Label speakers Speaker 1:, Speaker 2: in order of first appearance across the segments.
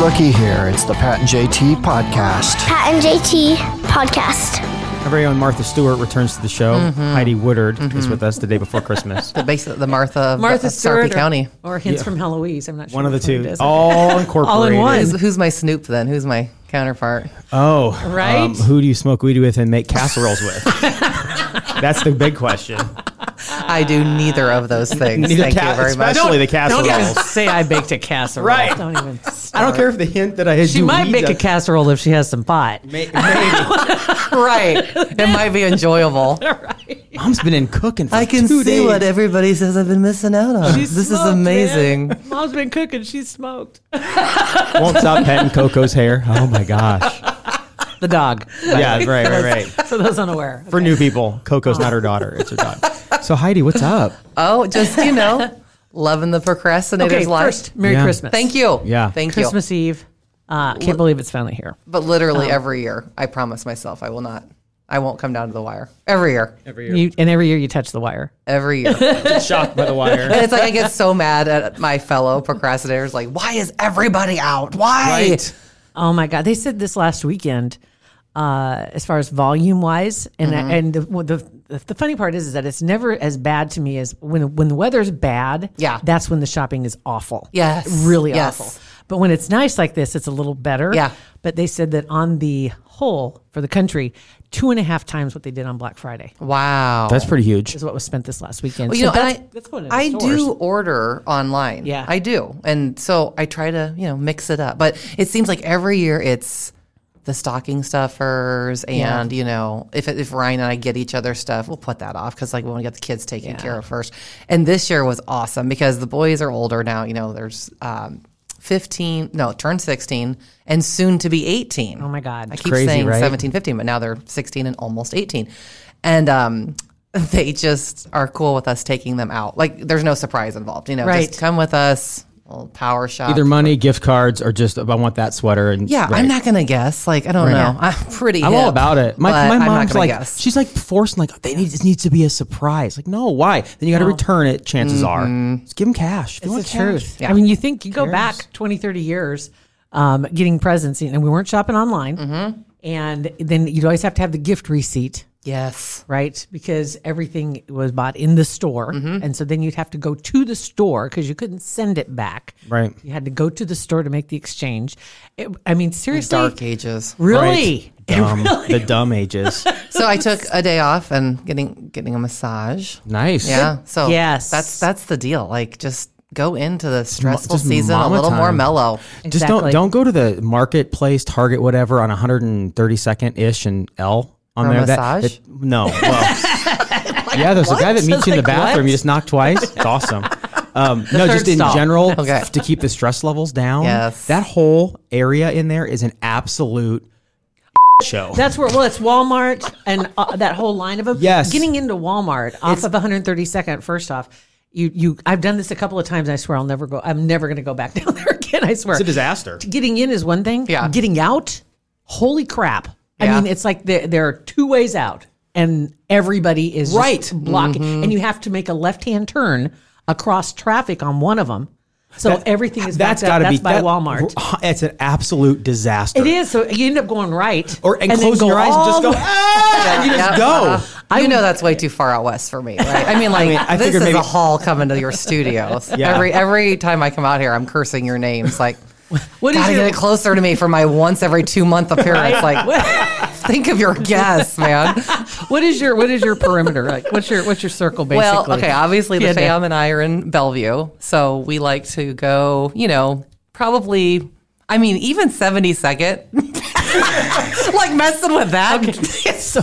Speaker 1: Markey here. It's the Pat and JT podcast.
Speaker 2: Pat and JT podcast.
Speaker 3: Our very own Martha Stewart returns to the show. Heidi Woodard is with us Mm-hmm. the day before Christmas.
Speaker 4: The base the Martha of
Speaker 5: Martha
Speaker 4: of
Speaker 5: Stewart
Speaker 4: Sarpy
Speaker 5: or,
Speaker 4: County.
Speaker 5: or Hints from Heloise. I'm not sure.
Speaker 3: One of the
Speaker 5: which it
Speaker 3: two,
Speaker 5: is.
Speaker 3: all incorporated.
Speaker 5: one.
Speaker 4: Who's, who's my Snoop then? Who's my counterpart?
Speaker 3: Oh,
Speaker 5: Right?
Speaker 3: who do you smoke weed with and make casseroles with? That's the big question.
Speaker 4: I do neither of those things.
Speaker 3: Neither
Speaker 4: Thank
Speaker 3: ca-
Speaker 4: you very much.
Speaker 3: especially the
Speaker 5: Don't even
Speaker 3: casseroles.
Speaker 5: say I baked a casserole.
Speaker 3: Oh, Right.
Speaker 5: Don't even.
Speaker 3: I don't care if the hint that I had.
Speaker 5: She might make a casserole if she has some pot.
Speaker 3: Maybe.
Speaker 4: Right. It might be enjoyable.
Speaker 3: Mom's been in cooking for
Speaker 4: I can
Speaker 3: two
Speaker 4: see
Speaker 3: days.
Speaker 4: what everybody says I've been missing out on.
Speaker 5: She
Speaker 4: this
Speaker 5: smoked,
Speaker 4: is
Speaker 5: man.
Speaker 4: amazing.
Speaker 5: Mom's been cooking. She smoked.
Speaker 3: Won't stop petting Coco's hair. Oh my gosh.
Speaker 5: The dog.
Speaker 3: Yeah, right, right, right.
Speaker 5: So those unaware.
Speaker 3: For new people, Coco's not her daughter; it's her dog. So Heidi, what's up?
Speaker 4: Oh, just, you know, loving the procrastinator's
Speaker 5: Okay,
Speaker 4: life.
Speaker 5: first, Merry
Speaker 3: Yeah.
Speaker 5: Christmas.
Speaker 4: Thank you.
Speaker 3: Yeah.
Speaker 4: Thank
Speaker 5: Christmas Eve. Uh, can't believe it's finally here.
Speaker 4: you. But literally every year, I promise myself I will not. I won't come down to the wire. Every year.
Speaker 5: You, and every year you touch the wire.
Speaker 4: Every year.
Speaker 3: Shocked by the wire.
Speaker 4: And it's like I get so mad at my fellow procrastinators. Like, why is everybody out? Why?
Speaker 3: Right.
Speaker 5: Oh my God! They said this last weekend, uh, as far as volume wise, and
Speaker 4: Mm-hmm.
Speaker 5: I, and the, well, the the funny part is, is that it's never as bad to me as when when the weather's bad.
Speaker 4: Yeah.
Speaker 5: that's when the shopping is awful.
Speaker 4: Yes.
Speaker 5: really
Speaker 4: Yes.
Speaker 5: awful. But when it's nice like this, it's a little better.
Speaker 4: Yeah.
Speaker 5: But they said that on the whole for the country, two and a half times what they did on Black Friday
Speaker 4: Wow.
Speaker 3: That's pretty huge.
Speaker 5: is what was spent this last weekend.
Speaker 4: Well, you know,
Speaker 5: that's,
Speaker 4: and I,
Speaker 5: that's going into
Speaker 4: I
Speaker 5: stores.
Speaker 4: do order online.
Speaker 5: Yeah.
Speaker 4: I do. And so I try to, you know, mix it up. But it seems like every year it's the stocking stuffers and, you know, if, if Ryan and I get each other stuff, we'll put that off because, like, when we got the kids taken care of first. And this year was awesome because the boys are older now. You know, there's um, 15, no, turned 16 and soon to be 18.
Speaker 5: Oh my God.
Speaker 4: I keep
Speaker 3: crazy,
Speaker 4: saying
Speaker 3: right?
Speaker 4: 17, 15, but now they're 16 and almost 18. And um, they just are cool with us taking them out. Like there's no surprise involved, you know,
Speaker 5: Right.
Speaker 4: just come with us, we'll power shop.
Speaker 3: Either money, gift cards, or just I want that sweater. And
Speaker 4: yeah,
Speaker 3: right.
Speaker 4: I'm not going to guess. Like, I don't know. I'm pretty
Speaker 3: I'm all
Speaker 4: hip,
Speaker 3: about it. My,
Speaker 4: but
Speaker 3: my
Speaker 4: I'm not
Speaker 3: mom's
Speaker 4: gonna
Speaker 3: like,
Speaker 4: guess.
Speaker 3: she's like forcing, like, they need it needs to be a surprise. Like, no, why? Then you got to return it. Chances
Speaker 4: Mm-hmm.
Speaker 3: are, just give them cash. If you want
Speaker 5: the
Speaker 3: cash.
Speaker 5: truth.
Speaker 4: Yeah.
Speaker 5: I mean, you think you go back 20, 30 years um, getting presents, and we weren't shopping online. And then you'd always have to have the gift receipt,
Speaker 4: yes.
Speaker 5: right? Because everything was bought in the store. And so then you'd have to go to the store because you couldn't send it back.
Speaker 3: Right.
Speaker 5: You had to go to the store to make the exchange. It- I mean, seriously.
Speaker 4: Dark ages.
Speaker 5: Really? It
Speaker 3: Dumb,
Speaker 5: really-
Speaker 3: the dumb ages.
Speaker 4: So I took a day off and getting getting a massage.
Speaker 3: Nice.
Speaker 4: Yeah. So
Speaker 5: Yes.
Speaker 4: that's that's the deal. Like just go into the stressful
Speaker 3: just
Speaker 4: season a
Speaker 3: mama
Speaker 4: little more
Speaker 3: time.
Speaker 4: mellow.
Speaker 3: Just don't
Speaker 5: Exactly.
Speaker 3: don't go to the marketplace, Target, whatever, on 132nd ish and L on
Speaker 4: For a
Speaker 3: there. That-
Speaker 4: massage?
Speaker 3: that- no. Well, yeah, there's a guy that meets you in the
Speaker 5: Like, what?
Speaker 3: bathroom. You just knock twice. It's awesome. Um, no, just
Speaker 5: third
Speaker 3: in
Speaker 5: stall.
Speaker 3: general,
Speaker 4: Okay.
Speaker 3: to keep the stress levels down.
Speaker 4: Yes.
Speaker 3: That whole area in there is an absolute show.
Speaker 5: That's where, well, it's Walmart and uh, that whole line of them.
Speaker 3: Yes.
Speaker 5: Getting into Walmart off of 132nd, first off, you, you, I've done this a couple of times. And I swear I'll never go, I'm never going to go back down there again. I swear.
Speaker 3: It's a disaster.
Speaker 5: Getting in is one thing.
Speaker 4: Yeah.
Speaker 5: Getting out, holy crap.
Speaker 4: Yeah.
Speaker 5: I mean, it's like there, there are two ways out and everybody is just
Speaker 3: Right. Mm-hmm.
Speaker 5: blocking. And you have to make a left hand turn across traffic on one of them. So everything is
Speaker 3: That's
Speaker 5: backed
Speaker 3: got
Speaker 5: up.
Speaker 3: to be
Speaker 5: That's by
Speaker 3: that-
Speaker 5: Walmart.
Speaker 3: It's an absolute disaster.
Speaker 5: It is. So you end up going right.
Speaker 3: Or and,
Speaker 5: then "Oh,
Speaker 3: closing your eyes and
Speaker 5: all
Speaker 3: just
Speaker 5: the
Speaker 3: go. "Ah," and you just
Speaker 4: Yeah.
Speaker 3: go.
Speaker 4: you know that's way too far out west for me, right? I mean, like
Speaker 3: I
Speaker 4: this
Speaker 3: figured
Speaker 4: is
Speaker 3: maybe-
Speaker 4: a haul coming to your studios.
Speaker 3: Yeah.
Speaker 4: Every every time I come out here, I'm cursing your names. Like,
Speaker 5: What is
Speaker 4: gotta
Speaker 5: your-
Speaker 4: get it closer to me for my once every two month appearance. Like, think of your guests, man.
Speaker 5: What is your what is your perimeter like? What's your what's your circle basically?
Speaker 4: Well, okay, obviously
Speaker 5: Yeah,
Speaker 4: the
Speaker 5: Dan.
Speaker 4: fam and I are in Bellevue, so we like to go. You know, probably. I mean, even seventy second. like messing with that.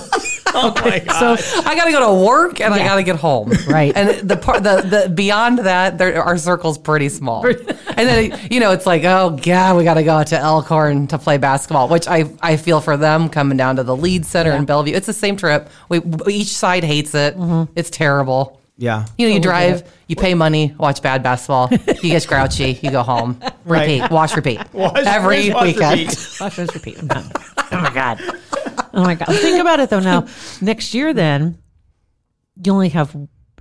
Speaker 5: so
Speaker 4: I got to go to work and I got to get home.
Speaker 5: Right.
Speaker 4: And the part, the, the beyond that, there, our circle's pretty small. and then you know, it's like, oh god, we got to go out to Elkhorn to play basketball, which I I feel for them coming down to the Lead Center in Bellevue. It's the same trip. We each side hates it. It's terrible.
Speaker 3: Yeah.
Speaker 4: You know, you drive, you pay money, watch bad basketball, you get grouchy, you go home,
Speaker 3: Right.
Speaker 4: repeat, wash, repeat,
Speaker 3: Wash-
Speaker 4: every
Speaker 3: wash,
Speaker 4: weekend.
Speaker 3: repeat.
Speaker 5: watch those repeat. I'm done. Oh my god. Oh my god. Think about it though. Now next year, then you only have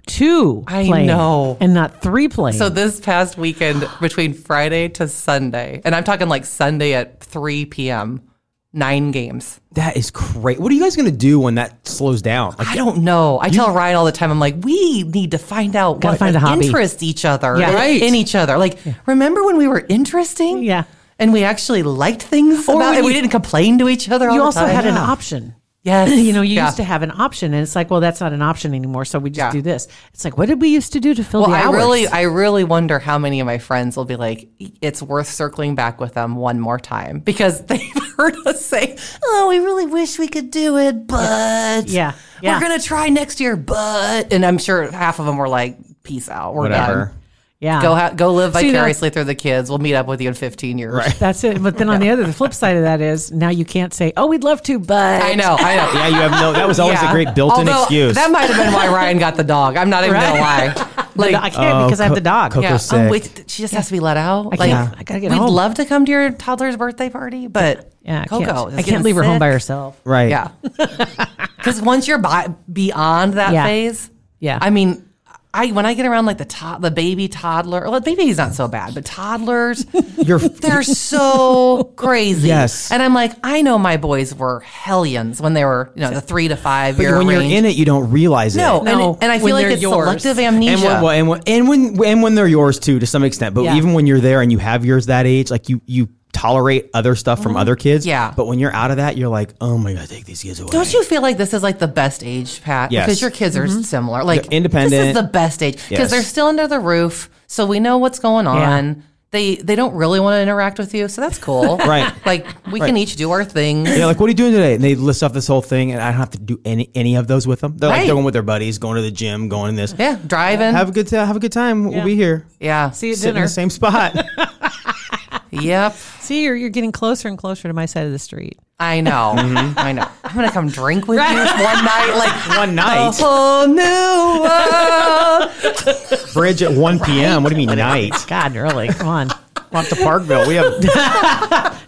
Speaker 5: two
Speaker 4: I
Speaker 5: playing
Speaker 4: know.
Speaker 5: and not three playing.
Speaker 4: So this past weekend, between Friday to Sunday, and I'm talking like Sunday at 3 p.m., nine games.
Speaker 3: That is great. What are you guys gonna do when that slows down? Like,
Speaker 4: I don't know. I tell Ryan all the time. I'm like, we need to find out
Speaker 5: Gotta
Speaker 4: what
Speaker 5: find a hobby.
Speaker 4: interests each other,
Speaker 5: Yeah.
Speaker 4: in-
Speaker 3: Right.
Speaker 4: in each other. Like, remember when we were interesting?
Speaker 5: Yeah.
Speaker 4: and we actually liked things,
Speaker 5: Or
Speaker 4: about,
Speaker 5: when
Speaker 4: and we
Speaker 5: you-
Speaker 4: didn't complain to each other. all
Speaker 5: you
Speaker 4: the
Speaker 5: also
Speaker 4: time.
Speaker 5: had an
Speaker 4: Yeah.
Speaker 5: option.
Speaker 4: Yes,
Speaker 5: You know, you
Speaker 4: Yeah.
Speaker 5: used to have an option, and it's like, well, that's not an option anymore. So we just
Speaker 4: Yeah.
Speaker 5: do this. It's like, what did we used to do to fill
Speaker 4: Well,
Speaker 5: the
Speaker 4: I
Speaker 5: hours?
Speaker 4: really, I really wonder how many of my friends will be like, it's worth circling back with them one more time because they've heard us say, oh, we really wish we could do it, but
Speaker 5: Yeah. Yeah.
Speaker 4: we're gonna try next year, but, and I'm sure half of them were like, peace out, we're
Speaker 3: whatever.
Speaker 4: done.
Speaker 5: yeah.
Speaker 4: Go ha- go live
Speaker 5: See, that's-
Speaker 4: vicariously through the kids. We'll meet up with you in 15 years.
Speaker 3: Right.
Speaker 5: That's it. But then on the other, the flip side of that is now you can't say, "Oh, we'd love to," but
Speaker 4: I know, I know.
Speaker 3: Yeah, you have no. That was always
Speaker 4: Yeah.
Speaker 3: a great built-in
Speaker 4: Although,
Speaker 3: excuse.
Speaker 4: That might have been why Ryan got the dog. I'm not even gonna lie. Like,
Speaker 5: I can't because I have the dog.
Speaker 3: Coco
Speaker 4: yeah,
Speaker 3: sick.
Speaker 4: um, wait, she just has to be let out.
Speaker 5: can't. I gotta get
Speaker 4: we'd
Speaker 5: home.
Speaker 4: love to come to your toddler's birthday party, but
Speaker 5: yeah, I
Speaker 4: Coco,
Speaker 5: can't,
Speaker 4: is
Speaker 5: I
Speaker 4: getting
Speaker 5: can't leave her home by
Speaker 4: sick.
Speaker 5: herself.
Speaker 3: right.
Speaker 4: Yeah, because once you're by, beyond that
Speaker 5: Yeah.
Speaker 4: phase,
Speaker 5: Yeah.
Speaker 4: I mean, I when I get around like the to- the baby toddler, well, baby's not so bad, but toddlers,
Speaker 3: You're
Speaker 4: they're so crazy.
Speaker 3: Yes.
Speaker 4: and I'm like, I know my boys were hellions when they were, you know, the three to five
Speaker 3: But
Speaker 4: year
Speaker 3: when
Speaker 4: range.
Speaker 3: you're in it, you don't realize it.
Speaker 4: no,
Speaker 5: No,
Speaker 4: and, and I
Speaker 5: when
Speaker 4: feel like
Speaker 5: they're
Speaker 4: it's
Speaker 5: yours.
Speaker 4: selective amnesia.
Speaker 3: And when, well, and when and when and when they're yours too, to some extent. But
Speaker 5: Yeah.
Speaker 3: even when you're there and you have yours that age, like you you tolerate other stuff from other kids.
Speaker 4: Mm-hmm. Yeah.
Speaker 3: But when you're out of that, you're like, oh my god, take these kids away.
Speaker 4: Don't you feel like this is like the best age, Pat?
Speaker 3: Yes.
Speaker 4: Because your kids are similar. Like
Speaker 3: They're independent.
Speaker 4: This is the best age because
Speaker 3: Yes.
Speaker 4: they're still under the roof, so we know what's going on. They they don't really want to interact with you, so that's cool.
Speaker 3: Right.
Speaker 4: Like we can each do our thing.
Speaker 3: Yeah, like what are you doing today? And they list off this whole thing, and I don't have to do any any of those with them. They're like
Speaker 4: Right.
Speaker 3: they're going with their buddies, going to the gym, going this.
Speaker 4: Yeah, driving.
Speaker 3: Have a good time. Have a good time. We'll be here.
Speaker 4: yeah.
Speaker 5: See you at
Speaker 3: Sit in
Speaker 5: dinner.
Speaker 3: the same spot.
Speaker 4: Yep.
Speaker 5: See, you're, you're getting closer and closer to my side of the street.
Speaker 4: I know.
Speaker 3: Mm-hmm.
Speaker 4: I know. I'm gonna come drink with you one night, like
Speaker 3: One
Speaker 4: a
Speaker 3: night,
Speaker 4: whole new world. Oh.
Speaker 3: bridge at one p.m. What do you mean night?
Speaker 5: God, really? Come on.
Speaker 3: Walk to Parkville. We have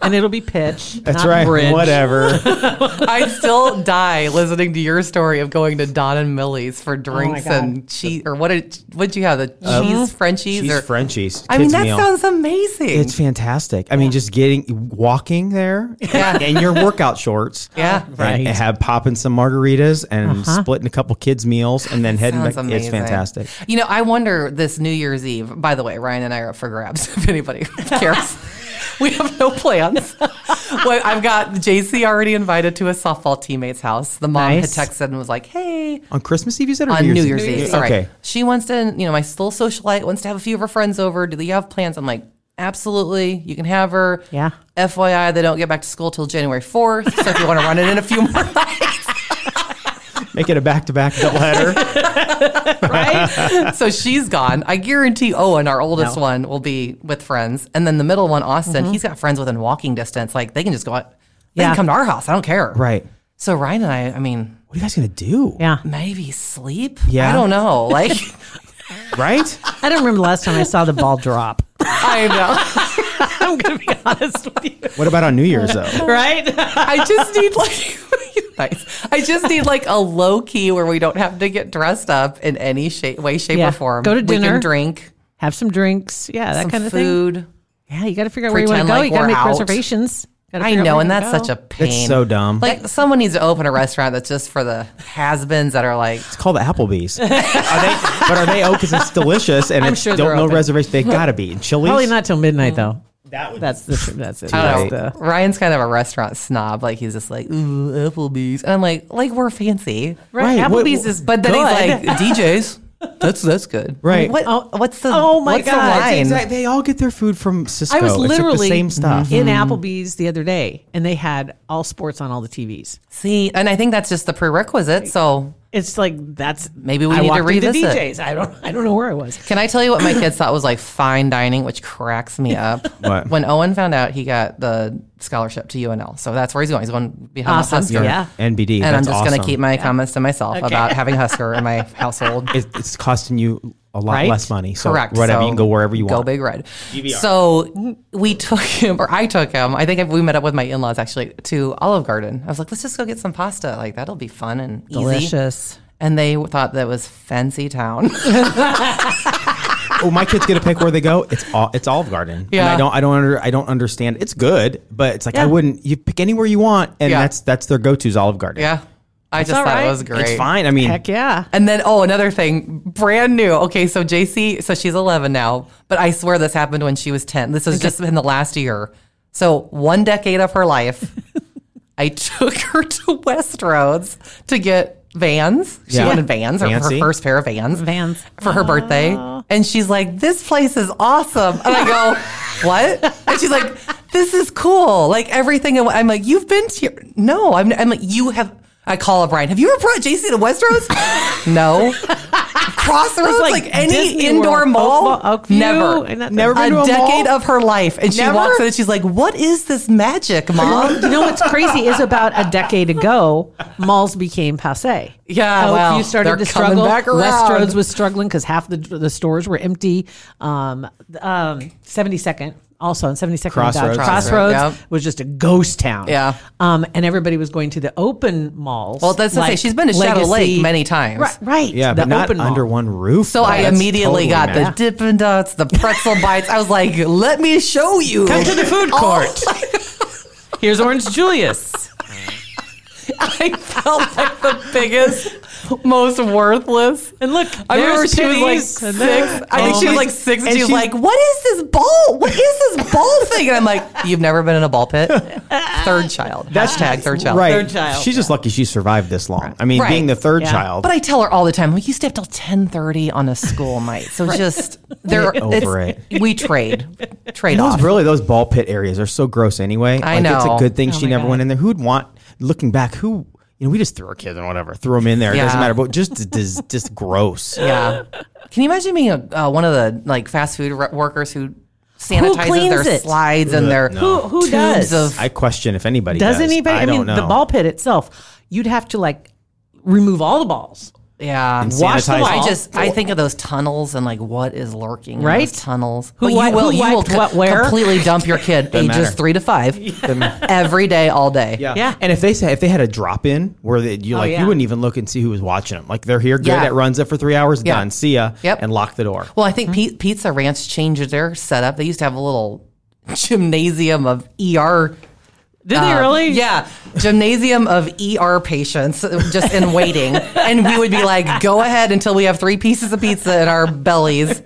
Speaker 5: And it'll be pitch.
Speaker 3: that's
Speaker 5: not
Speaker 3: right.
Speaker 5: Bridge.
Speaker 3: Whatever.
Speaker 4: I'd still die listening to your story of going to Don and Millie's for drinks
Speaker 5: Oh God. Uh,
Speaker 4: and cheese or what did what'd you have the cheese Frenchies
Speaker 3: She's
Speaker 4: or
Speaker 3: Frenchies.
Speaker 4: I mean
Speaker 3: Kids
Speaker 4: that
Speaker 3: meal.
Speaker 4: sounds amazing.
Speaker 3: It's fantastic. I mean, just getting walking there
Speaker 4: Yeah.
Speaker 3: in your workout shorts.
Speaker 4: yeah. Uh-huh.
Speaker 3: Right. And have popping some margaritas and splitting a couple kids' meals and then heading back.
Speaker 4: Sounds amazing.
Speaker 3: It's fantastic.
Speaker 4: You know, I wonder this New Year's Eve. By the way, Ryan and I are up for grabs. If anybody cares, we have no plans. well, I've got JC already invited to a softball teammate's house. The mom
Speaker 5: Nice.
Speaker 4: had texted and was like, "Hey,
Speaker 3: On Christmas Eve, you said or
Speaker 4: on New Year's Eve. Sorry.
Speaker 3: Okay.
Speaker 4: She wants to, you know, my little socialite wants to have a few of her friends over. Do they have plans? I'm like, absolutely. You can have her.
Speaker 5: Yeah.
Speaker 4: FYI, they don't get back to school till January 4th. So if you want to run it in a few more nights.
Speaker 3: Make it a back to back doubleheader.
Speaker 4: right? so she's gone. I guarantee Owen, our oldest one, will be with friends. And then the middle one, Austin, he's got friends within walking distance. Like they can just go out. They
Speaker 5: Yeah.
Speaker 4: can come to our house. I don't care.
Speaker 3: right.
Speaker 4: So Ryan and I, I mean,
Speaker 3: What are you guys going to do?
Speaker 5: Yeah.
Speaker 4: maybe sleep?
Speaker 3: Yeah.
Speaker 4: I don't know. Like,
Speaker 3: Right?
Speaker 5: I don't remember the last time I saw the ball drop.
Speaker 4: I know.
Speaker 5: I'm going to be honest with you.
Speaker 3: What about on New Year's, though?
Speaker 5: Right?
Speaker 4: I just need like nice. I just need like a low key where we don't have to get dressed up in any shape, way, shape,
Speaker 5: Yeah.
Speaker 4: or form.
Speaker 5: Go to
Speaker 4: We
Speaker 5: dinner,
Speaker 4: can drink
Speaker 5: Have some drinks. Yeah, that
Speaker 4: some
Speaker 5: kind of thing.
Speaker 4: food.
Speaker 5: Yeah, you got to figure out where you want to
Speaker 4: Pretend
Speaker 5: go.
Speaker 4: like
Speaker 5: you got to
Speaker 4: we're
Speaker 5: make
Speaker 4: out.
Speaker 5: reservations. Gotta
Speaker 4: I
Speaker 5: figure out
Speaker 4: know,
Speaker 5: where
Speaker 4: and
Speaker 5: you're
Speaker 4: that's
Speaker 5: gonna
Speaker 4: such a
Speaker 5: go.
Speaker 4: pain.
Speaker 3: so dumb.
Speaker 4: Like someone needs to open a restaurant that's just for the has-beens that are like.
Speaker 3: Call the Applebee's. Are they, but are they? Oh, because it's delicious and
Speaker 5: I'm
Speaker 3: it's
Speaker 5: sure
Speaker 3: don't
Speaker 5: they're
Speaker 3: no
Speaker 5: open.
Speaker 3: reservation. They gotta be. And Chili's.
Speaker 5: Probably not till midnight though.
Speaker 3: That would-
Speaker 5: That's the that's it.
Speaker 4: I
Speaker 5: That's
Speaker 4: don't know.
Speaker 5: the-
Speaker 4: Ryan's kind of a restaurant snob. Like he's just like, ooh, Applebee's, and I'm like, like we're fancy,
Speaker 5: right.
Speaker 3: Right, what-
Speaker 5: Applebee's is
Speaker 4: but then
Speaker 5: good.
Speaker 4: he's like, DJs, that's that's good,
Speaker 3: Right.
Speaker 4: What?
Speaker 5: Oh,
Speaker 4: what's the?
Speaker 5: oh my
Speaker 4: what's the
Speaker 5: God.
Speaker 4: line?
Speaker 3: Exact- They all get their food from Cisco.
Speaker 5: I was
Speaker 3: except the
Speaker 5: literally
Speaker 3: same stuff. Mm-hmm.
Speaker 5: in Applebee's the other day, and they had all sports on all the TVs.
Speaker 4: See, and I think that's just the prerequisite. So
Speaker 5: It's like that's
Speaker 4: Maybe we
Speaker 5: I
Speaker 4: need to
Speaker 5: walked into
Speaker 4: revisit.
Speaker 5: DJs. I don't I don't know where I was.
Speaker 4: Can I tell you what my kids thought was like fine dining, which cracks me up?
Speaker 3: Mm-hmm. What?
Speaker 4: When Owen found out he got the scholarship to UNL, so that's where he's going. He's going to be
Speaker 5: Awesome.
Speaker 4: Husker.
Speaker 5: Yeah.
Speaker 3: NBD.
Speaker 4: And I'm
Speaker 3: That's
Speaker 4: just going
Speaker 3: awesome.
Speaker 4: to keep my comments to myself about having Husker in my household.
Speaker 3: it, it's costing you a lot
Speaker 5: Right?
Speaker 3: less money. So
Speaker 4: Correct.
Speaker 3: Whatever
Speaker 4: So
Speaker 3: you can go wherever you
Speaker 4: Go
Speaker 3: want.
Speaker 4: big red. So we took him, or I took him. I think we met up with my in-laws actually to Olive Garden. I was like, let's just go get some pasta. Like that'll be fun and easy.
Speaker 5: Delicious.
Speaker 4: and they thought that was fancy town.
Speaker 3: oh, my kids get to pick where they go. It's all it's Olive Garden. And
Speaker 4: Yeah.
Speaker 3: I don't I don't under, I don't understand. It's good, but it's like I wouldn't. You pick anywhere you want, and
Speaker 4: Yeah.
Speaker 3: that's that's their go to's Olive Garden.
Speaker 4: yeah, I just
Speaker 5: all
Speaker 4: thought
Speaker 5: right.
Speaker 4: it was great.
Speaker 3: it's fine. I mean,
Speaker 5: Heck yeah.
Speaker 4: And then, oh, another thing, brand new. Okay, so JC, so she's 11 now, but I swear this happened when she was 10. This was just in the last year. So, one decade of her life, I took her to Westroads to get vans. She
Speaker 3: Yeah.
Speaker 4: wanted vans, or her
Speaker 3: Fancy.
Speaker 4: first pair of vans.
Speaker 5: Vans.
Speaker 4: For her birthday. And she's like, this place is awesome. And I go, what? And she's like, this is cool. Like everything. I'm like, you've been to your, no, I'm, I'm like, you have, I call up Brian. Have you ever brought JC to Westroads? no. Crossroads, like, any
Speaker 5: Disney
Speaker 4: indoor
Speaker 5: World,
Speaker 4: mall,
Speaker 5: Oakville- Oakview,
Speaker 4: never,
Speaker 5: and that-
Speaker 3: Never been
Speaker 4: a
Speaker 3: to a
Speaker 4: decade
Speaker 3: mall?
Speaker 4: of her life, and she
Speaker 3: Never?
Speaker 4: walks in and she's like, "What is this magic, mom?"
Speaker 5: you know what's crazy is about a decade ago, malls became passe.
Speaker 4: Yeah,
Speaker 5: Oakview
Speaker 4: wow.
Speaker 5: started
Speaker 4: They're
Speaker 5: to
Speaker 4: coming
Speaker 5: struggle.
Speaker 4: back around.
Speaker 5: Westroads was struggling because half the the stores were empty. Um, um, 72nd also on 72nd and Dodge.
Speaker 3: Crossroads.
Speaker 5: Crossroads
Speaker 4: Yep.
Speaker 5: was just a ghost town.
Speaker 4: Yeah.
Speaker 5: um, and everybody was going to the open malls.
Speaker 4: Well, that's to say, she's been to Shadow Lake many times.
Speaker 5: Right, right.
Speaker 3: yeah,
Speaker 5: the
Speaker 3: but not
Speaker 5: open mall.
Speaker 3: under one roof.
Speaker 4: So I immediately got
Speaker 3: this.
Speaker 4: the Dippin' Dots, the pretzel bites. I was like, "Let me show you."
Speaker 5: Come to the food
Speaker 4: All-
Speaker 5: court. Oh Here's Orange Julius.
Speaker 4: I felt like the biggest, most worthless.
Speaker 5: And look,
Speaker 4: I remember
Speaker 5: there's
Speaker 4: she was like
Speaker 5: pennies,
Speaker 4: six.
Speaker 5: and there's
Speaker 4: I think she was like six, and, she was like, "What is this ball? What is this ball thing?" And I'm like, "You've never been in a ball pit." Third child. Hashtag third child.
Speaker 3: Right.
Speaker 5: Third child,
Speaker 3: She's just lucky she survived this long. I mean,
Speaker 4: Right.
Speaker 3: being the third
Speaker 5: Yeah.
Speaker 3: child.
Speaker 4: But I tell her all the time, like, you stay up till ten thirty on a school night. So just there,
Speaker 3: Get over
Speaker 4: it's- We trade, trade
Speaker 3: those
Speaker 4: off.
Speaker 3: really those ball pit areas are so gross anyway.
Speaker 4: I
Speaker 3: like, It's
Speaker 4: know.
Speaker 3: a good thing
Speaker 5: Oh
Speaker 3: she
Speaker 5: my
Speaker 3: never
Speaker 5: God.
Speaker 3: went in there. Who'd want looking back? Who you know? We just threw our kids and whatever, threw them in there. It doesn't
Speaker 4: Yeah.
Speaker 3: matter. But just just, just gross.
Speaker 4: yeah. Can you imagine being a, uh, one of the like fast food re- workers who sanitizes
Speaker 5: cleans
Speaker 4: their
Speaker 5: it?
Speaker 4: slides
Speaker 3: Uh,
Speaker 4: and their
Speaker 5: Who, who
Speaker 4: tubes
Speaker 5: does?
Speaker 4: of
Speaker 3: I question if anybody
Speaker 5: does,
Speaker 3: does,
Speaker 5: anybody?
Speaker 3: I,
Speaker 5: I, mean,
Speaker 3: don't know.
Speaker 5: the ball pit itself, you'd have to like remove all the balls.
Speaker 4: yeah.
Speaker 5: wash the
Speaker 3: sanitize.
Speaker 5: wall.
Speaker 4: I just I think of those tunnels and like what is lurking in
Speaker 5: Right?
Speaker 4: those tunnels.
Speaker 5: Who
Speaker 4: But
Speaker 5: wi-
Speaker 4: you will
Speaker 5: who
Speaker 4: you will
Speaker 5: wiped what where?
Speaker 4: completely dump your kid ages
Speaker 3: matter.
Speaker 4: three to five every day all day.
Speaker 3: Yeah.
Speaker 5: Yeah. Oh,
Speaker 3: and if they say if they had a drop in where they, you like
Speaker 5: yeah.
Speaker 3: you wouldn't even look and see who was watching them. Like they're here, good.
Speaker 4: Yeah.
Speaker 3: It runs up for three hours.
Speaker 4: Yeah.
Speaker 3: Done. See ya.
Speaker 4: Yep.
Speaker 3: And lock the door.
Speaker 4: Well, I think Pi- Pizza Ranch changed their setup. They used to have a little gymnasium of ER.
Speaker 5: Did
Speaker 4: um,
Speaker 5: they really?
Speaker 4: Yeah, gymnasium of ER patients just in waiting, and we would be like, "Go ahead until we have three pieces of pizza in our bellies.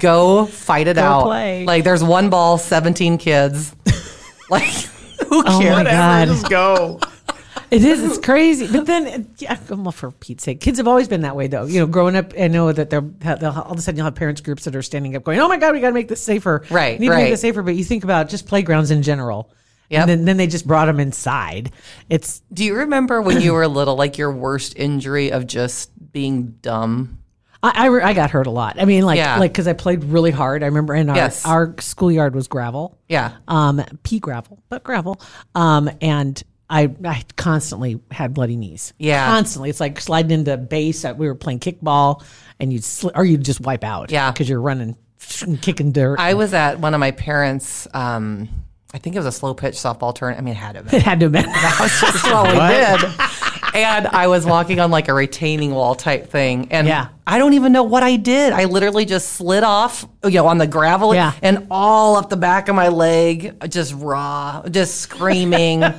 Speaker 4: Go fight it out.
Speaker 5: play.
Speaker 4: Like there's one ball, seventeen kids. Like who
Speaker 5: Oh
Speaker 4: cares?
Speaker 5: my god,
Speaker 3: go.
Speaker 5: it is. It's crazy. But then, yeah, well, for Pete's sake, kids have always been that way, though. You know, growing up, I know that they're they'll, all of a sudden you'll have parents groups that are standing up, going, "Oh my god, we got to make this safer.
Speaker 4: Right,
Speaker 5: we need to make
Speaker 4: right.
Speaker 5: this safer." But you think about just playgrounds in general.
Speaker 4: Yep.
Speaker 5: And then, then they just brought them inside. It's
Speaker 4: Do you remember when you were little, like your worst injury of just being dumb?
Speaker 5: I, I, re- I got hurt a lot. I mean, like, like
Speaker 4: Yeah.
Speaker 5: 'cause because I played really hard. I remember, and our,
Speaker 4: Yes.
Speaker 5: our schoolyard was gravel.
Speaker 4: Yeah.
Speaker 5: Um, pea gravel, but gravel. Um, and I, I constantly had bloody knees.
Speaker 4: Yeah.
Speaker 5: Constantly. It's like sliding into base. Uh, We were playing kickball and you'd, sli- or you'd just wipe out.
Speaker 4: Yeah.
Speaker 5: Because you're running and kicking dirt.
Speaker 4: I was at one of my parents. Um, I think it was a slow pitch softball tournament. I mean, it had to. Be.
Speaker 5: it had to have been.
Speaker 4: That's just what we did. And I was walking on like a retaining wall type thing, and
Speaker 5: Yeah.
Speaker 4: I don't even know what I did. I literally just slid off, you know, on the gravel,
Speaker 5: Yeah.
Speaker 4: and all up the back of my leg, just raw, just screaming. and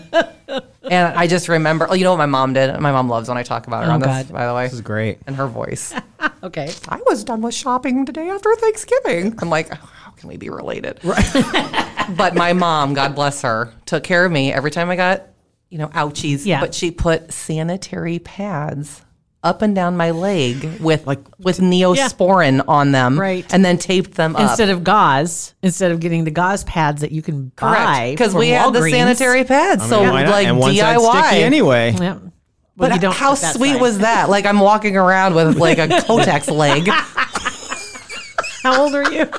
Speaker 4: I just remember, oh, you know what my mom did? My mom loves when I talk about her
Speaker 5: Oh,
Speaker 4: on this,
Speaker 5: God.
Speaker 4: by the way.
Speaker 3: This is great.
Speaker 4: And her voice.
Speaker 5: okay.
Speaker 4: I was done with shopping the day after Thanksgiving. I'm like, oh, how can we be related? but my mom, God bless her, took care of me every time I got, you know, ouchies.
Speaker 5: Yeah.
Speaker 4: But she put sanitary pads up and down my leg with like with neosporin on them.
Speaker 5: Right.
Speaker 4: And then taped them up.
Speaker 5: Instead of gauze, instead of getting the gauze pads that you can buy.
Speaker 4: Because
Speaker 5: from
Speaker 4: we had the
Speaker 5: Walgreens.
Speaker 4: sanitary pads. so
Speaker 3: I mean, why not?
Speaker 4: like
Speaker 3: and one side's
Speaker 4: DIY.
Speaker 3: sticky anyway.
Speaker 5: Yeah. Well,
Speaker 4: But
Speaker 5: you don't
Speaker 4: how
Speaker 5: put that
Speaker 4: sweet
Speaker 5: side.
Speaker 4: was that? Like I'm walking around with like a Kotex leg.
Speaker 5: How old are you?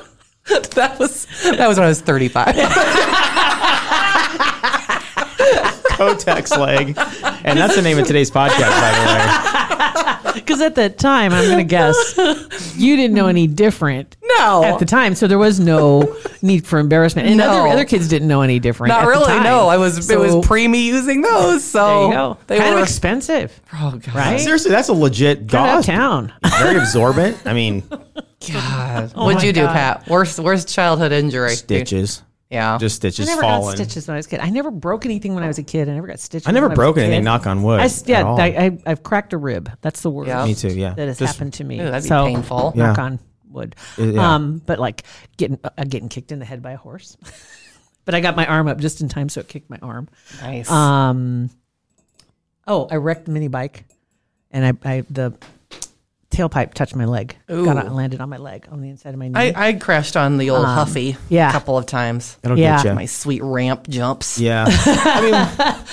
Speaker 4: That was that was when I was 35.
Speaker 3: Kotex leg. And that's the name of today's podcast, by the way.
Speaker 5: Because at that time, I'm going to guess you didn't know any different.
Speaker 4: No.
Speaker 5: At the time, so there was no need for embarrassment, and
Speaker 4: No.
Speaker 5: other other kids didn't know any different. at
Speaker 4: Not
Speaker 5: the
Speaker 4: really.
Speaker 5: time.
Speaker 4: No, I was. it
Speaker 5: So,
Speaker 4: was pre me using those.
Speaker 5: there
Speaker 4: So
Speaker 5: you go.
Speaker 4: they
Speaker 5: kind
Speaker 4: were.
Speaker 5: of expensive.
Speaker 4: oh god.
Speaker 5: Right?
Speaker 3: Seriously, that's a legit
Speaker 5: Out
Speaker 3: dog.
Speaker 5: of town.
Speaker 3: Very absorbent. I mean,
Speaker 4: What'd
Speaker 5: Oh my
Speaker 4: you do,
Speaker 5: God.
Speaker 4: Pat? Worst worst childhood injury.
Speaker 3: stitches.
Speaker 4: Yeah.
Speaker 3: Just
Speaker 5: I
Speaker 3: stitches
Speaker 5: never
Speaker 3: falling.
Speaker 5: got stitches when I was a kid. I never broke anything when I was a kid. I never got stitches.
Speaker 3: I never
Speaker 5: when was a
Speaker 3: broke anything,
Speaker 5: kid.
Speaker 3: knock on wood.
Speaker 5: I s- yeah,
Speaker 3: at all.
Speaker 5: I, I, I've cracked a rib. That's the worst.
Speaker 4: Yeah.
Speaker 3: Me too, yeah.
Speaker 5: That has
Speaker 3: Just-
Speaker 5: happened to me.
Speaker 4: Ooh, that'd be
Speaker 5: So,
Speaker 4: painful.
Speaker 5: Knock
Speaker 3: Yeah. Uh,
Speaker 5: on wood.
Speaker 3: yeah.
Speaker 5: Um, but like getting uh, getting kicked in the head by a horse. but I got my arm up just in time, so it kicked my arm.
Speaker 4: Nice.
Speaker 5: Um, oh, I wrecked the mini bike, and I, I the tailpipe touched my leg. Got out and landed on my leg on the inside of my knee.
Speaker 4: I, I crashed on the old Huffy
Speaker 5: Um, yeah.
Speaker 4: a couple of times.
Speaker 3: It'll
Speaker 5: Yeah.
Speaker 3: get you.
Speaker 4: My sweet ramp jumps.
Speaker 3: yeah.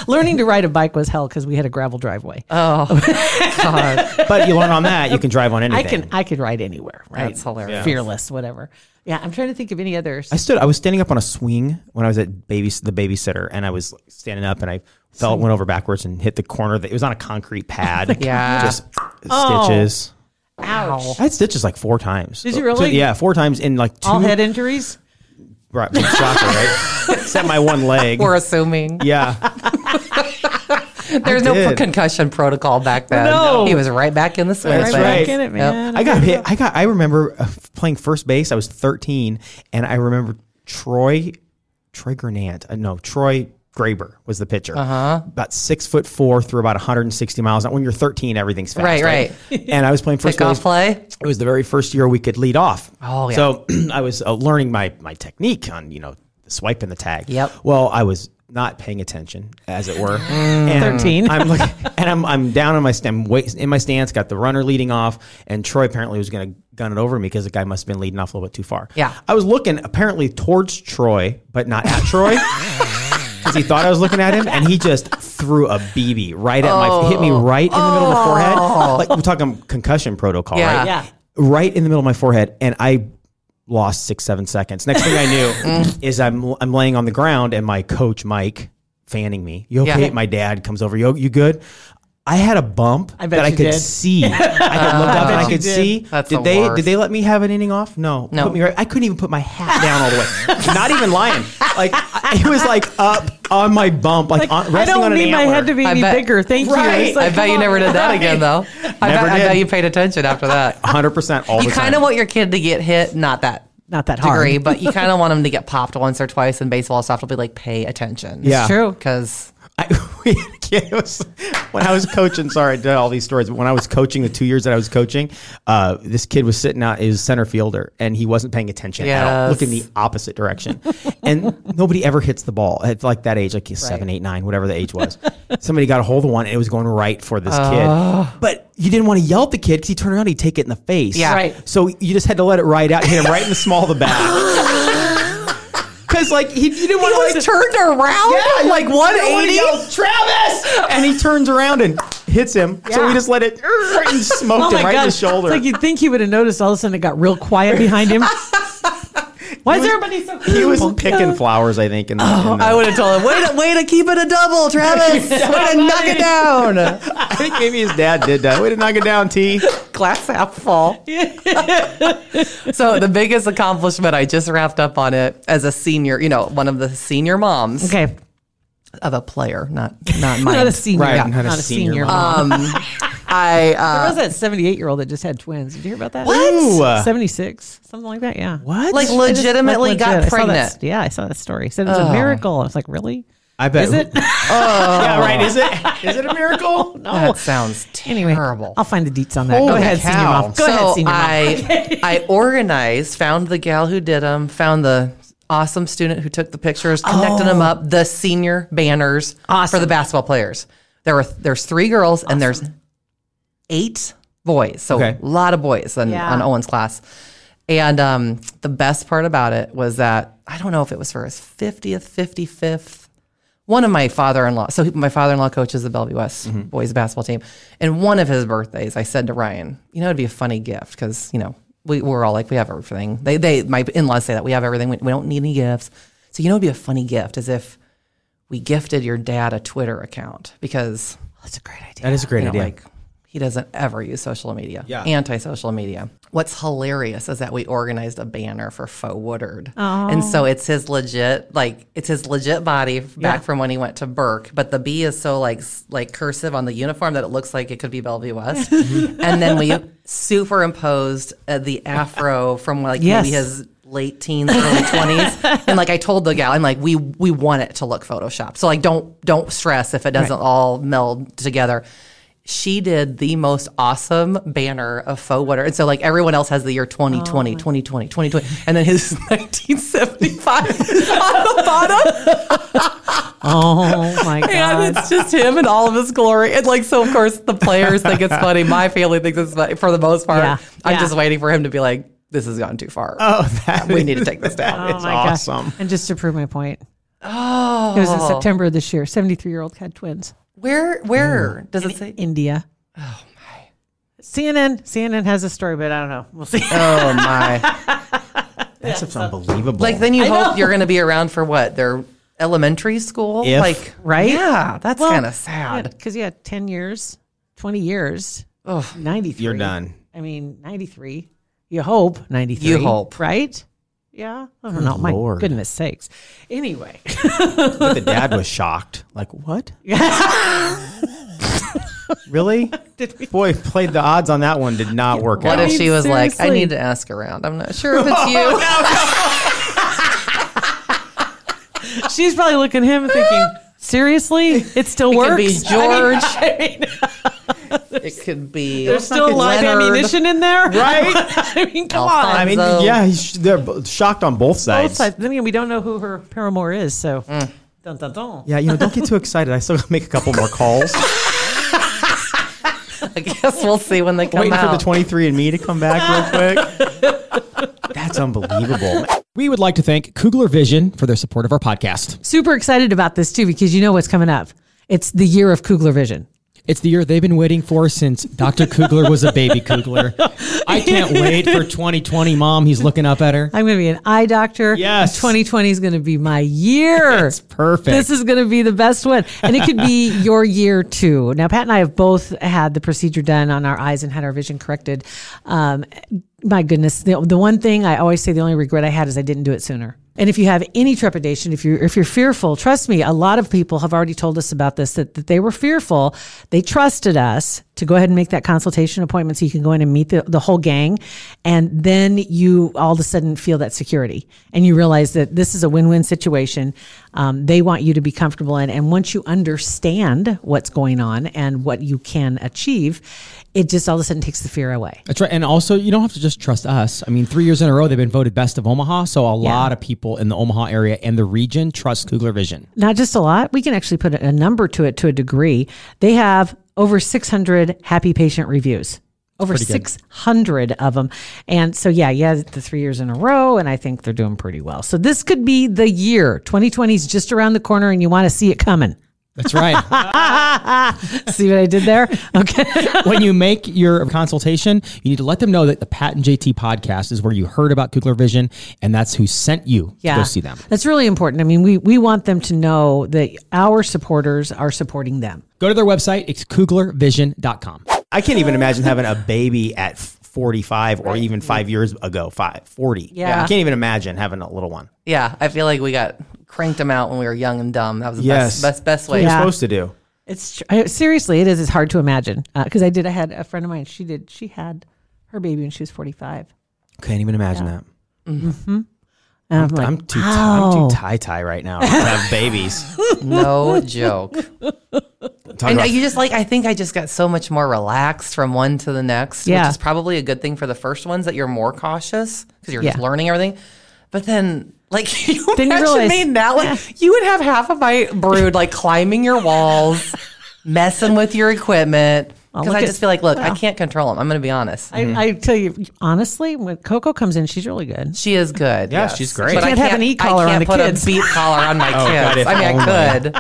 Speaker 5: Learning to ride a bike was hell because we had a gravel driveway.
Speaker 3: Uh,
Speaker 4: Oh,
Speaker 3: But you learn on that, you can drive on
Speaker 5: I
Speaker 3: anything.
Speaker 5: can I could ride anywhere. Right?
Speaker 4: That's hilarious. Yeah.
Speaker 5: Fearless, whatever. Yeah, I'm trying to think of any others.
Speaker 3: I stood. I was standing up on a swing when I was at baby the babysitter, and I was standing up, and I fell, went over backwards, and hit the corner. That, it was on a concrete pad.
Speaker 4: Yeah.
Speaker 3: just
Speaker 5: Oh.
Speaker 3: stitches.
Speaker 5: Ouch.
Speaker 3: I had stitches like four times.
Speaker 5: Did you
Speaker 3: Two-
Speaker 5: really?
Speaker 3: yeah, four times in like two.
Speaker 5: All head injuries.
Speaker 3: right, shocker, right? Except my one leg.
Speaker 4: We're assuming
Speaker 3: yeah,
Speaker 4: there's no
Speaker 3: did.
Speaker 4: concussion protocol back then.
Speaker 5: No.
Speaker 4: He was right back in the swing.
Speaker 3: That's
Speaker 4: of things.
Speaker 3: right.
Speaker 5: Get it, man.
Speaker 3: I got hit. I got. I remember uh, playing first base. I was 13, and I remember Troy, Troy Grenant. Uh, no, Troy Graber was the pitcher. Uh-huh. About six foot four, threw about 160 miles. When you're 13, everything's fast.
Speaker 4: Right,
Speaker 3: and I was playing first
Speaker 4: Pick off
Speaker 3: base.
Speaker 4: play.
Speaker 3: It was the very first year we could lead off.
Speaker 4: Oh, yeah.
Speaker 3: So I was uh, learning my my technique on you know swiping the tag.
Speaker 4: Yep.
Speaker 3: Well, I was not paying attention, as it were.
Speaker 4: Mm.
Speaker 3: and
Speaker 5: 13.
Speaker 3: I'm looking, and I'm I'm down on my stem, wait, in my stance. Got the runner leading off, and Troy apparently was going to gun it over me because the guy must have been leading off a little bit too far.
Speaker 4: Yeah.
Speaker 3: I was looking apparently towards Troy, but not at Troy. Because he thought I was looking at him, and he just threw a BB right at my hit me right in the middle of the forehead.
Speaker 4: Oh.
Speaker 3: Like we're talking concussion protocol,
Speaker 4: Yeah.
Speaker 3: right?
Speaker 5: Yeah.
Speaker 3: right in the middle of my forehead, and I lost six, seven seconds. Next thing I knew
Speaker 4: Mm.
Speaker 3: is I'm I'm laying on the ground, and my coach Mike fanning me. You okay?
Speaker 4: Yeah.
Speaker 3: My dad comes over. You you good? I had a bump
Speaker 5: I bet
Speaker 3: that I
Speaker 5: you
Speaker 3: could
Speaker 5: did.
Speaker 3: see. I could look up and I
Speaker 4: you
Speaker 3: could
Speaker 5: did.
Speaker 3: see.
Speaker 4: That's
Speaker 3: did
Speaker 4: the
Speaker 3: they
Speaker 4: worst.
Speaker 3: did they let me have an inning off? No.
Speaker 4: No.
Speaker 3: Put me right. I couldn't even put my hat down all the way. Not even lying. Like I- it was like up on my bump, like, on,
Speaker 5: I
Speaker 3: resting
Speaker 5: don't
Speaker 3: on an
Speaker 5: need my
Speaker 3: antler.
Speaker 5: head to be
Speaker 4: I
Speaker 5: any
Speaker 4: bet-
Speaker 5: bigger. Thank
Speaker 3: Right.
Speaker 5: you. It's like,
Speaker 4: I bet
Speaker 5: come
Speaker 4: you
Speaker 5: on.
Speaker 4: never did that again, though. I,
Speaker 3: Never
Speaker 4: bet, I
Speaker 3: did.
Speaker 4: bet you paid attention after that.
Speaker 3: 100% all
Speaker 4: you
Speaker 3: the time.
Speaker 4: kind of want your kid to get hit, not that
Speaker 5: Not that hard.
Speaker 4: degree, but you kind of want them to get popped once or twice in baseball stuff to be like, pay attention.
Speaker 3: Yeah.
Speaker 5: True.
Speaker 4: Because
Speaker 3: I, we had a kid, it was, when I was coaching, sorry, I did all these stories, but when I was coaching the two years that I was coaching, uh, this kid was sitting out, his center fielder, and he wasn't paying attention at all,
Speaker 4: Yes.
Speaker 3: looking the opposite direction. and nobody ever hits the ball at like that age, like he's seven, eight, nine, whatever the age was. Somebody got a hold of one, and it was going right for this
Speaker 4: Oh.
Speaker 3: kid. But you didn't want to yell at the kid because he turned around, he'd take it in the face.
Speaker 4: Yeah. Right.
Speaker 3: So you just had to let it ride out, hit him right in the small of the back. Because like he, you didn't want to like,
Speaker 4: was turned around
Speaker 3: yeah,
Speaker 4: like
Speaker 3: like one eighty.
Speaker 4: 180.
Speaker 3: Travis, and he turns around and hits him. So we just let it and
Speaker 5: Oh
Speaker 3: smoked
Speaker 5: my
Speaker 3: him right
Speaker 5: God.
Speaker 3: in the shoulder.
Speaker 5: It's like you'd think he would have noticed. All of a sudden, it got real quiet behind him. Why is
Speaker 3: was-
Speaker 5: everybody so?
Speaker 3: he was
Speaker 5: cool?
Speaker 3: picking flowers, I think. In the, in the-
Speaker 4: Oh. I would have told him, way to, way to keep it a double, Travis. Way to knock it down.
Speaker 3: I think maybe his dad did that. Way to knock it down, T.
Speaker 4: Glass half full. so the biggest accomplishment I just wrapped up on it as a senior, you know, one of the senior moms
Speaker 5: Okay,
Speaker 4: of a player, not not mine.
Speaker 5: not a senior.
Speaker 3: Right,
Speaker 5: yeah,
Speaker 3: not a senior
Speaker 5: mom.
Speaker 4: um, I
Speaker 5: There
Speaker 4: uh,
Speaker 5: was that 78 year old that just had twins. Did you hear about that?
Speaker 3: Ooh, uh,
Speaker 5: 76, something like that. Yeah.
Speaker 3: What?
Speaker 4: like
Speaker 5: I just-
Speaker 4: legitimately
Speaker 5: like,
Speaker 4: got
Speaker 5: legit. I saw that
Speaker 4: pregnant.
Speaker 5: st- yeah, I saw that story. Said it was a miracle. I was like, really?
Speaker 3: I bet. Oh.
Speaker 5: Is it? Oh,
Speaker 3: yeah, right. Is it? Is it a miracle? No.
Speaker 4: That sounds
Speaker 5: anyway,
Speaker 4: terrible.
Speaker 5: I'll find the deets on that. Go
Speaker 3: Holy
Speaker 5: ahead, senior
Speaker 3: cow.
Speaker 5: mom. Go ahead,
Speaker 4: so
Speaker 5: senior mom.
Speaker 4: I I organized, found the gal who did them, found the awesome student who took the pictures, connected them up, the senior banners
Speaker 5: Oh. Awesome.
Speaker 4: for the basketball players. There were there's three girls and there's eight
Speaker 5: Oh,
Speaker 4: boys, so
Speaker 3: Okay.
Speaker 4: a lot of boys on,
Speaker 5: Yeah.
Speaker 4: on Owen's class. And um, the best part about it was that I don't know if it was for his fiftieth, fifty fifth. One of my father-in-law, so he- my father-in-law coaches the Bellevue West boys basketball team, and one of his birthdays, I said to Ryan, "You know, it'd be a funny gift because you know we, we're all like we have everything. They, they, my in-laws say that we have everything. We, we don't need any gifts. So you know, it'd be a funny gift is if we gifted your dad a Twitter account because
Speaker 5: That's a great idea.
Speaker 3: That is a great
Speaker 4: you know,
Speaker 3: idea.
Speaker 4: like He doesn't ever use social media.
Speaker 3: Yeah.
Speaker 4: Anti social media. What's hilarious is that we organized a banner for Faux Woodard. And
Speaker 3: Oh.
Speaker 4: so it's his legit, like, it's his legit body back from when he went to Burke, but the B is so, like, s- like cursive on the uniform that it looks like it could be Bellevue West. and then we superimposed uh, the afro from, like,
Speaker 5: Yes.
Speaker 4: maybe his late teens, early twenties. and like I told the gal, I'm like, we we want it to look Photoshop. So like don't don't stress if it doesn't all meld together. She did the most awesome banner of faux water. And so like everyone else has the year 2020, 2020, 2020. And then his 1975 on the bottom.
Speaker 5: Oh my
Speaker 4: And
Speaker 5: god.
Speaker 4: it's just him and all of his glory. And like, so of course the players think it's funny. My family thinks it's funny for the most part.
Speaker 5: Yeah.
Speaker 4: I'm
Speaker 5: Yeah.
Speaker 4: just waiting for him to be like, this has gone too far.
Speaker 3: Oh, that
Speaker 4: we need to take this Oh down.
Speaker 3: It's awesome.
Speaker 5: Oh And just to prove my point. Oh. It was in September of this year. 73 year old had twins.
Speaker 4: Where where does it say?
Speaker 5: India. Oh my. CNN. CNN has a story, but I don't know. We'll see.
Speaker 4: Oh my!
Speaker 3: That's just unbelievable.
Speaker 4: Like then you
Speaker 5: I
Speaker 4: hope
Speaker 5: know.
Speaker 4: you're going to be around for what their elementary school,
Speaker 3: If-
Speaker 4: like
Speaker 5: Right?
Speaker 4: Yeah, that's kind of sad.
Speaker 5: Because yeah, 10 years, 20 years,
Speaker 4: Ugh.
Speaker 5: 93.
Speaker 3: You're done.
Speaker 5: I mean, 93. You hope 93.
Speaker 4: You hope.
Speaker 5: Right? Yeah. I don't know. My
Speaker 3: Lord.
Speaker 5: goodness sakes. Anyway.
Speaker 3: But the dad was shocked. Like, what? really? Boy, played the odds on that one did not work
Speaker 4: What
Speaker 3: out.
Speaker 4: if she was like, "I
Speaker 5: seriously.
Speaker 4: need to ask around. I'm not sure if it's you."
Speaker 5: She's probably looking at him and thinking, seriously? It still
Speaker 4: It could
Speaker 5: works?
Speaker 4: be George.
Speaker 5: I mean,
Speaker 4: it could be.
Speaker 5: there's still live
Speaker 4: Leonard.
Speaker 5: ammunition in there?
Speaker 3: right?
Speaker 5: I mean, come
Speaker 4: Alphonse.
Speaker 5: on.
Speaker 3: I mean,
Speaker 4: So-
Speaker 3: yeah, he's, they're bo- shocked on both sides.
Speaker 5: Both sides. Then again, we don't know who her paramour is, so. Dun, dun, dun.
Speaker 3: Yeah, you know, don't get too excited. I still gotta make a couple more calls.
Speaker 4: I guess we'll see when they come
Speaker 3: Waiting
Speaker 4: out.
Speaker 3: for the 23 and Me to come back real quick. That's unbelievable.
Speaker 6: We would like to thank Kugler Vision for their support of our podcast.
Speaker 5: Super excited about this, too, because you know what's coming up. It's the year of Kugler Vision.
Speaker 6: It's the year they've been waiting for since Dr. Kugler was a baby Kugler. I can't wait for 2020, Mom. He's looking up at her.
Speaker 5: I'm going to be an eye doctor.
Speaker 6: Yes.
Speaker 5: 2020 is going to be my year.
Speaker 6: It's perfect.
Speaker 5: This is going to be the best one. And it could be your year too. Now, Pat and I have both had the procedure done on our eyes and had our vision corrected. Um, my goodness. The, the one thing I always say the only regret I had is I didn't do it sooner. And if you have any trepidation, if you're, if you're fearful, trust me, a lot of people have already told us about this that, that they were fearful. They trusted us to go ahead and make that consultation appointment so you can go in and meet the, the whole gang. And then you all of a sudden feel that security and you realize that this is a win win situation. Um, they want you to be comfortable in. And once you understand what's going on and what you can achieve, it just all of a sudden takes the fear away.
Speaker 6: That's right. And also, you don't have to just trust us. I mean, three years in a row, they've been voted best of Omaha. So a lot of people in the Omaha area and the region trust Kugler Vision.
Speaker 5: Not just a lot, we can actually put a number to it to a degree. They have over 600 happy patient reviews. Over
Speaker 6: Pretty good.
Speaker 5: 600 of them. And so, yeah, yeah, the three years in a row, and I think they're doing pretty well. So, this could be the year. 2020 is just around the corner, and you want to see it coming.
Speaker 6: That's right.
Speaker 5: See what I did there? Okay.
Speaker 6: when you make your consultation, you need to let them know that the Pat and JT podcast is where you heard about Kugler Vision, and that's who sent you to go see them.
Speaker 5: That's really important. I mean, we, we want them to know that our supporters are supporting them.
Speaker 6: Go to their website. It's kuglervision.com.
Speaker 3: I can't even imagine having a baby at 45 or even five years ago, five, 40.
Speaker 5: Yeah.
Speaker 3: I can't even imagine having a little one.
Speaker 4: yeah, I feel like we got cranked them out when we were young and dumb. That was the
Speaker 3: Yes.
Speaker 4: best best best
Speaker 3: What
Speaker 4: way.
Speaker 3: you're
Speaker 5: Yeah.
Speaker 3: supposed to do.
Speaker 5: It's tr- I, seriously, it is. It's hard to imagine because I did. I had a friend of mine. She did. She had her baby when she was forty five.
Speaker 3: Can't even imagine that.
Speaker 5: And I'm, like,
Speaker 3: I'm too
Speaker 5: wow.
Speaker 3: I'm too tie tie right now. to have babies.
Speaker 4: No joke.
Speaker 3: Talking
Speaker 4: And
Speaker 3: about
Speaker 4: you just like I think I just got so much more relaxed from one to the next,
Speaker 5: Yeah.
Speaker 4: which is probably a good thing for the first ones that you're more cautious because you're just
Speaker 5: Yeah.
Speaker 4: learning everything. But then, like can you
Speaker 5: Then you
Speaker 4: imagine
Speaker 5: realize-
Speaker 4: me now, like you would have half of my brood like climbing your walls, messing with your equipment. Because
Speaker 5: Oh, look
Speaker 4: I
Speaker 5: at-
Speaker 4: just feel like, look, I can't control them. I'm going to be honest.
Speaker 5: I, I tell you honestly, when Coco comes in, she's really good.
Speaker 4: she is good.
Speaker 3: Yeah,
Speaker 4: yes.
Speaker 3: she's great. Oh,
Speaker 4: But I
Speaker 5: Can't have an
Speaker 4: I
Speaker 5: e-collar on
Speaker 4: can't
Speaker 5: the
Speaker 4: put
Speaker 5: kids.
Speaker 4: a beat collar on my
Speaker 3: God,
Speaker 4: kids.
Speaker 3: if
Speaker 4: I mean, I
Speaker 3: only.
Speaker 4: could.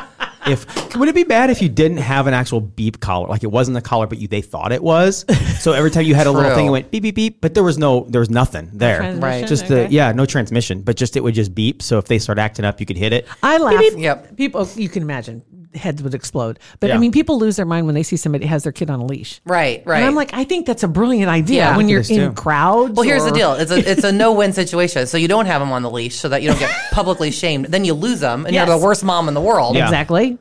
Speaker 3: if would it be bad if you didn't have an actual beep collar? Like it wasn't a collar, but you they thought it was. So every time you had a little
Speaker 4: True.
Speaker 3: thing, it went beep beep beep. But there was no there was nothing there.
Speaker 5: Right.
Speaker 3: Just the yeah, no transmission. But just it would just beep. So if they start acting up, you could hit it.
Speaker 5: I laugh.
Speaker 4: Yep.
Speaker 5: People, you can imagine heads would explode. But I
Speaker 3: Yeah.
Speaker 5: mean, people lose their mind when they see somebody has their kid on a leash.
Speaker 4: Right, right.
Speaker 5: And I'm like, I think that's a brilliant idea
Speaker 4: Yeah. Look
Speaker 5: when
Speaker 4: at
Speaker 5: you're
Speaker 3: this,
Speaker 5: in
Speaker 3: too.
Speaker 5: crowds.
Speaker 4: Well, here's the
Speaker 5: or-
Speaker 4: deal. It's a it's a no win situation. So you don't have them on the leash, so that you don't get publicly shamed. Then you lose them, and you're
Speaker 5: Yes.
Speaker 4: the worst mom in the world.
Speaker 3: Yeah.
Speaker 5: Exactly.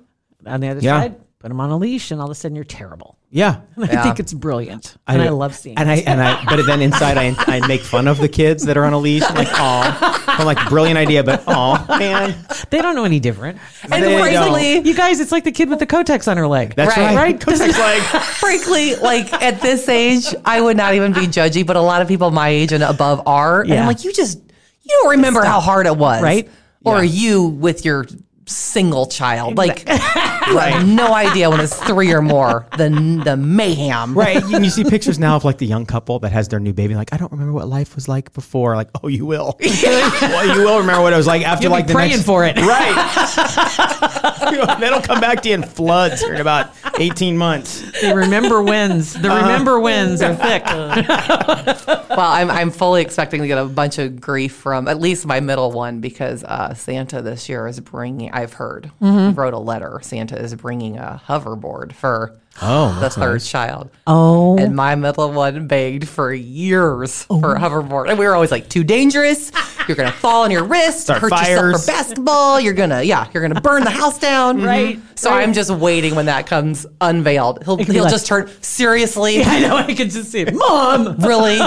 Speaker 5: On the other
Speaker 3: Yeah.
Speaker 5: side, put them on a leash, and all of a sudden you're terrible.
Speaker 3: Yeah.
Speaker 5: I think it's brilliant, and I, love seeing.
Speaker 3: and
Speaker 5: it.
Speaker 3: I and I but then inside I I make fun of the kids that are on a leash. I'm like, oh, I'm like brilliant idea, but oh man,
Speaker 5: they don't know any different.
Speaker 4: And
Speaker 3: They
Speaker 4: frankly,
Speaker 5: You guys, it's like the kid with the Kotex on her leg.
Speaker 3: that's right.
Speaker 4: Right.
Speaker 5: Right?
Speaker 3: Kotek's like,
Speaker 4: frankly, like at this age, I would not even be judgy, but a lot of people my age and above are. And
Speaker 5: Yeah.
Speaker 4: I'm like, you just you don't remember how hard it was.
Speaker 5: Right?
Speaker 4: Or you with your single child. Like you have no idea when it's three or more. The the mayhem.
Speaker 3: right? And you see pictures now of like the young couple that has their new baby. Like, I don't remember what life was like before. Like, oh, you will. well, you will remember what it was like after
Speaker 5: You'll be
Speaker 3: like the
Speaker 5: praying
Speaker 3: next-
Speaker 5: for it.
Speaker 3: right? That'll come back to you in floods in about 18 months.
Speaker 5: They remember wins. The remember wins are thick.
Speaker 4: Well, I'm I'm fully expecting to get a bunch of grief from at least my middle one because uh, Santa this year is bringing. I've heard
Speaker 5: Mm-hmm.
Speaker 4: he wrote a letter. Santa is bringing a hoverboard for the third child.
Speaker 5: Oh.
Speaker 4: and my middle one begged for years for a hoverboard, and we were always like, "Too dangerous! You're gonna fall on your wrist,
Speaker 3: Start
Speaker 4: hurt yourself
Speaker 3: fires."
Speaker 4: for basketball. You're gonna yeah, you're gonna burn the house down."
Speaker 5: Right,
Speaker 4: So I'm just waiting when that comes unveiled. He'll
Speaker 5: be
Speaker 4: he'll
Speaker 5: like-
Speaker 4: just turn seriously
Speaker 5: I know. I could just see it. Mom.
Speaker 4: really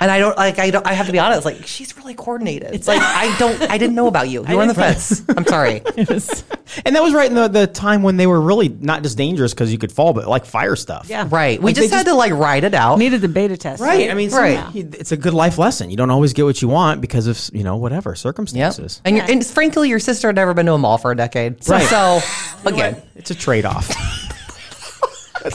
Speaker 4: and i don't like i don't i have to be honest like she's really coordinated it's like i don't i didn't know about you you were on the fence i'm sorry
Speaker 3: And that was right in the, the time when they were really not just dangerous because you could fall, but like fire stuff.
Speaker 5: Yeah.
Speaker 4: right we
Speaker 3: Like,
Speaker 4: just
Speaker 3: they
Speaker 4: had to like ride it out
Speaker 5: Needed the beta test.
Speaker 3: Right. I mean, some-
Speaker 4: Right.
Speaker 3: it's a good life lesson. You don't always get what you want because of, you know, whatever
Speaker 4: yep.
Speaker 3: circumstances.
Speaker 4: and, your and frankly your sister had never been to a mall for a decade so,
Speaker 3: Right.
Speaker 4: so again
Speaker 3: It's a trade off.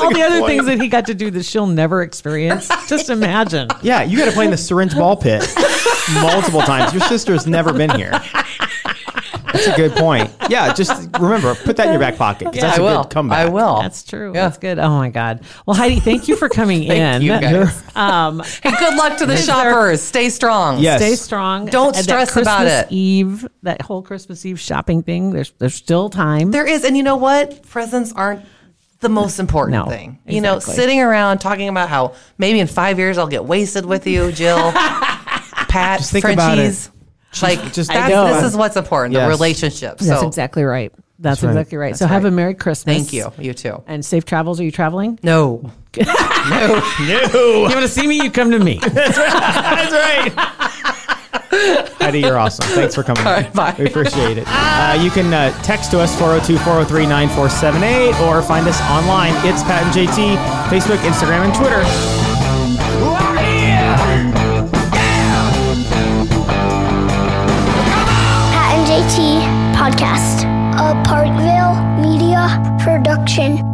Speaker 5: All the other things that he got to do that she'll never experience. Just imagine.
Speaker 3: yeah, you got to play in the syringe ball pit multiple times. Your sister's never been here. That's a good point. Yeah, just remember, put that in your back pocket. 'cause that's
Speaker 4: i
Speaker 3: a
Speaker 4: will
Speaker 3: good comeback.
Speaker 4: i will
Speaker 5: That's true.
Speaker 4: Yeah.
Speaker 5: That's good. Oh my God. Well, Heidi, thank you for coming
Speaker 4: Thank
Speaker 5: in.
Speaker 4: you, guys.
Speaker 5: Um,
Speaker 4: hey good luck to the shoppers stay strong
Speaker 3: Yes.
Speaker 5: Stay strong.
Speaker 4: Don't
Speaker 5: And that
Speaker 4: stress about it.
Speaker 5: Christmas Eve, that whole Christmas Eve shopping thing. There's there's still time.
Speaker 4: There is, and you know what? Presents aren't the most important
Speaker 5: No,
Speaker 4: thing. You know,
Speaker 5: exactly.
Speaker 4: sitting around talking about how maybe in five years I'll get wasted with you, Jill, Pat,
Speaker 3: think about
Speaker 4: Frenchies. Like
Speaker 3: just-
Speaker 4: that's,
Speaker 3: I know.
Speaker 4: this is what's important: the
Speaker 3: Yes.
Speaker 4: relationship.
Speaker 5: That's
Speaker 4: so
Speaker 5: exactly right. That's, exactly right. so have a Merry Christmas.
Speaker 4: thank you, you too.
Speaker 5: And safe travels. Are you traveling?
Speaker 4: No,
Speaker 5: You want to see me? You come to me.
Speaker 3: That's right. Heidi, you're awesome. Thanks for coming. in.
Speaker 4: bye.
Speaker 3: We appreciate it. Uh, you can uh, text to us 402-403-9478 or find us online. It's Pat and JT, Facebook, Instagram, and Twitter.
Speaker 2: Pat and JT Podcast. A Parkville Media Production.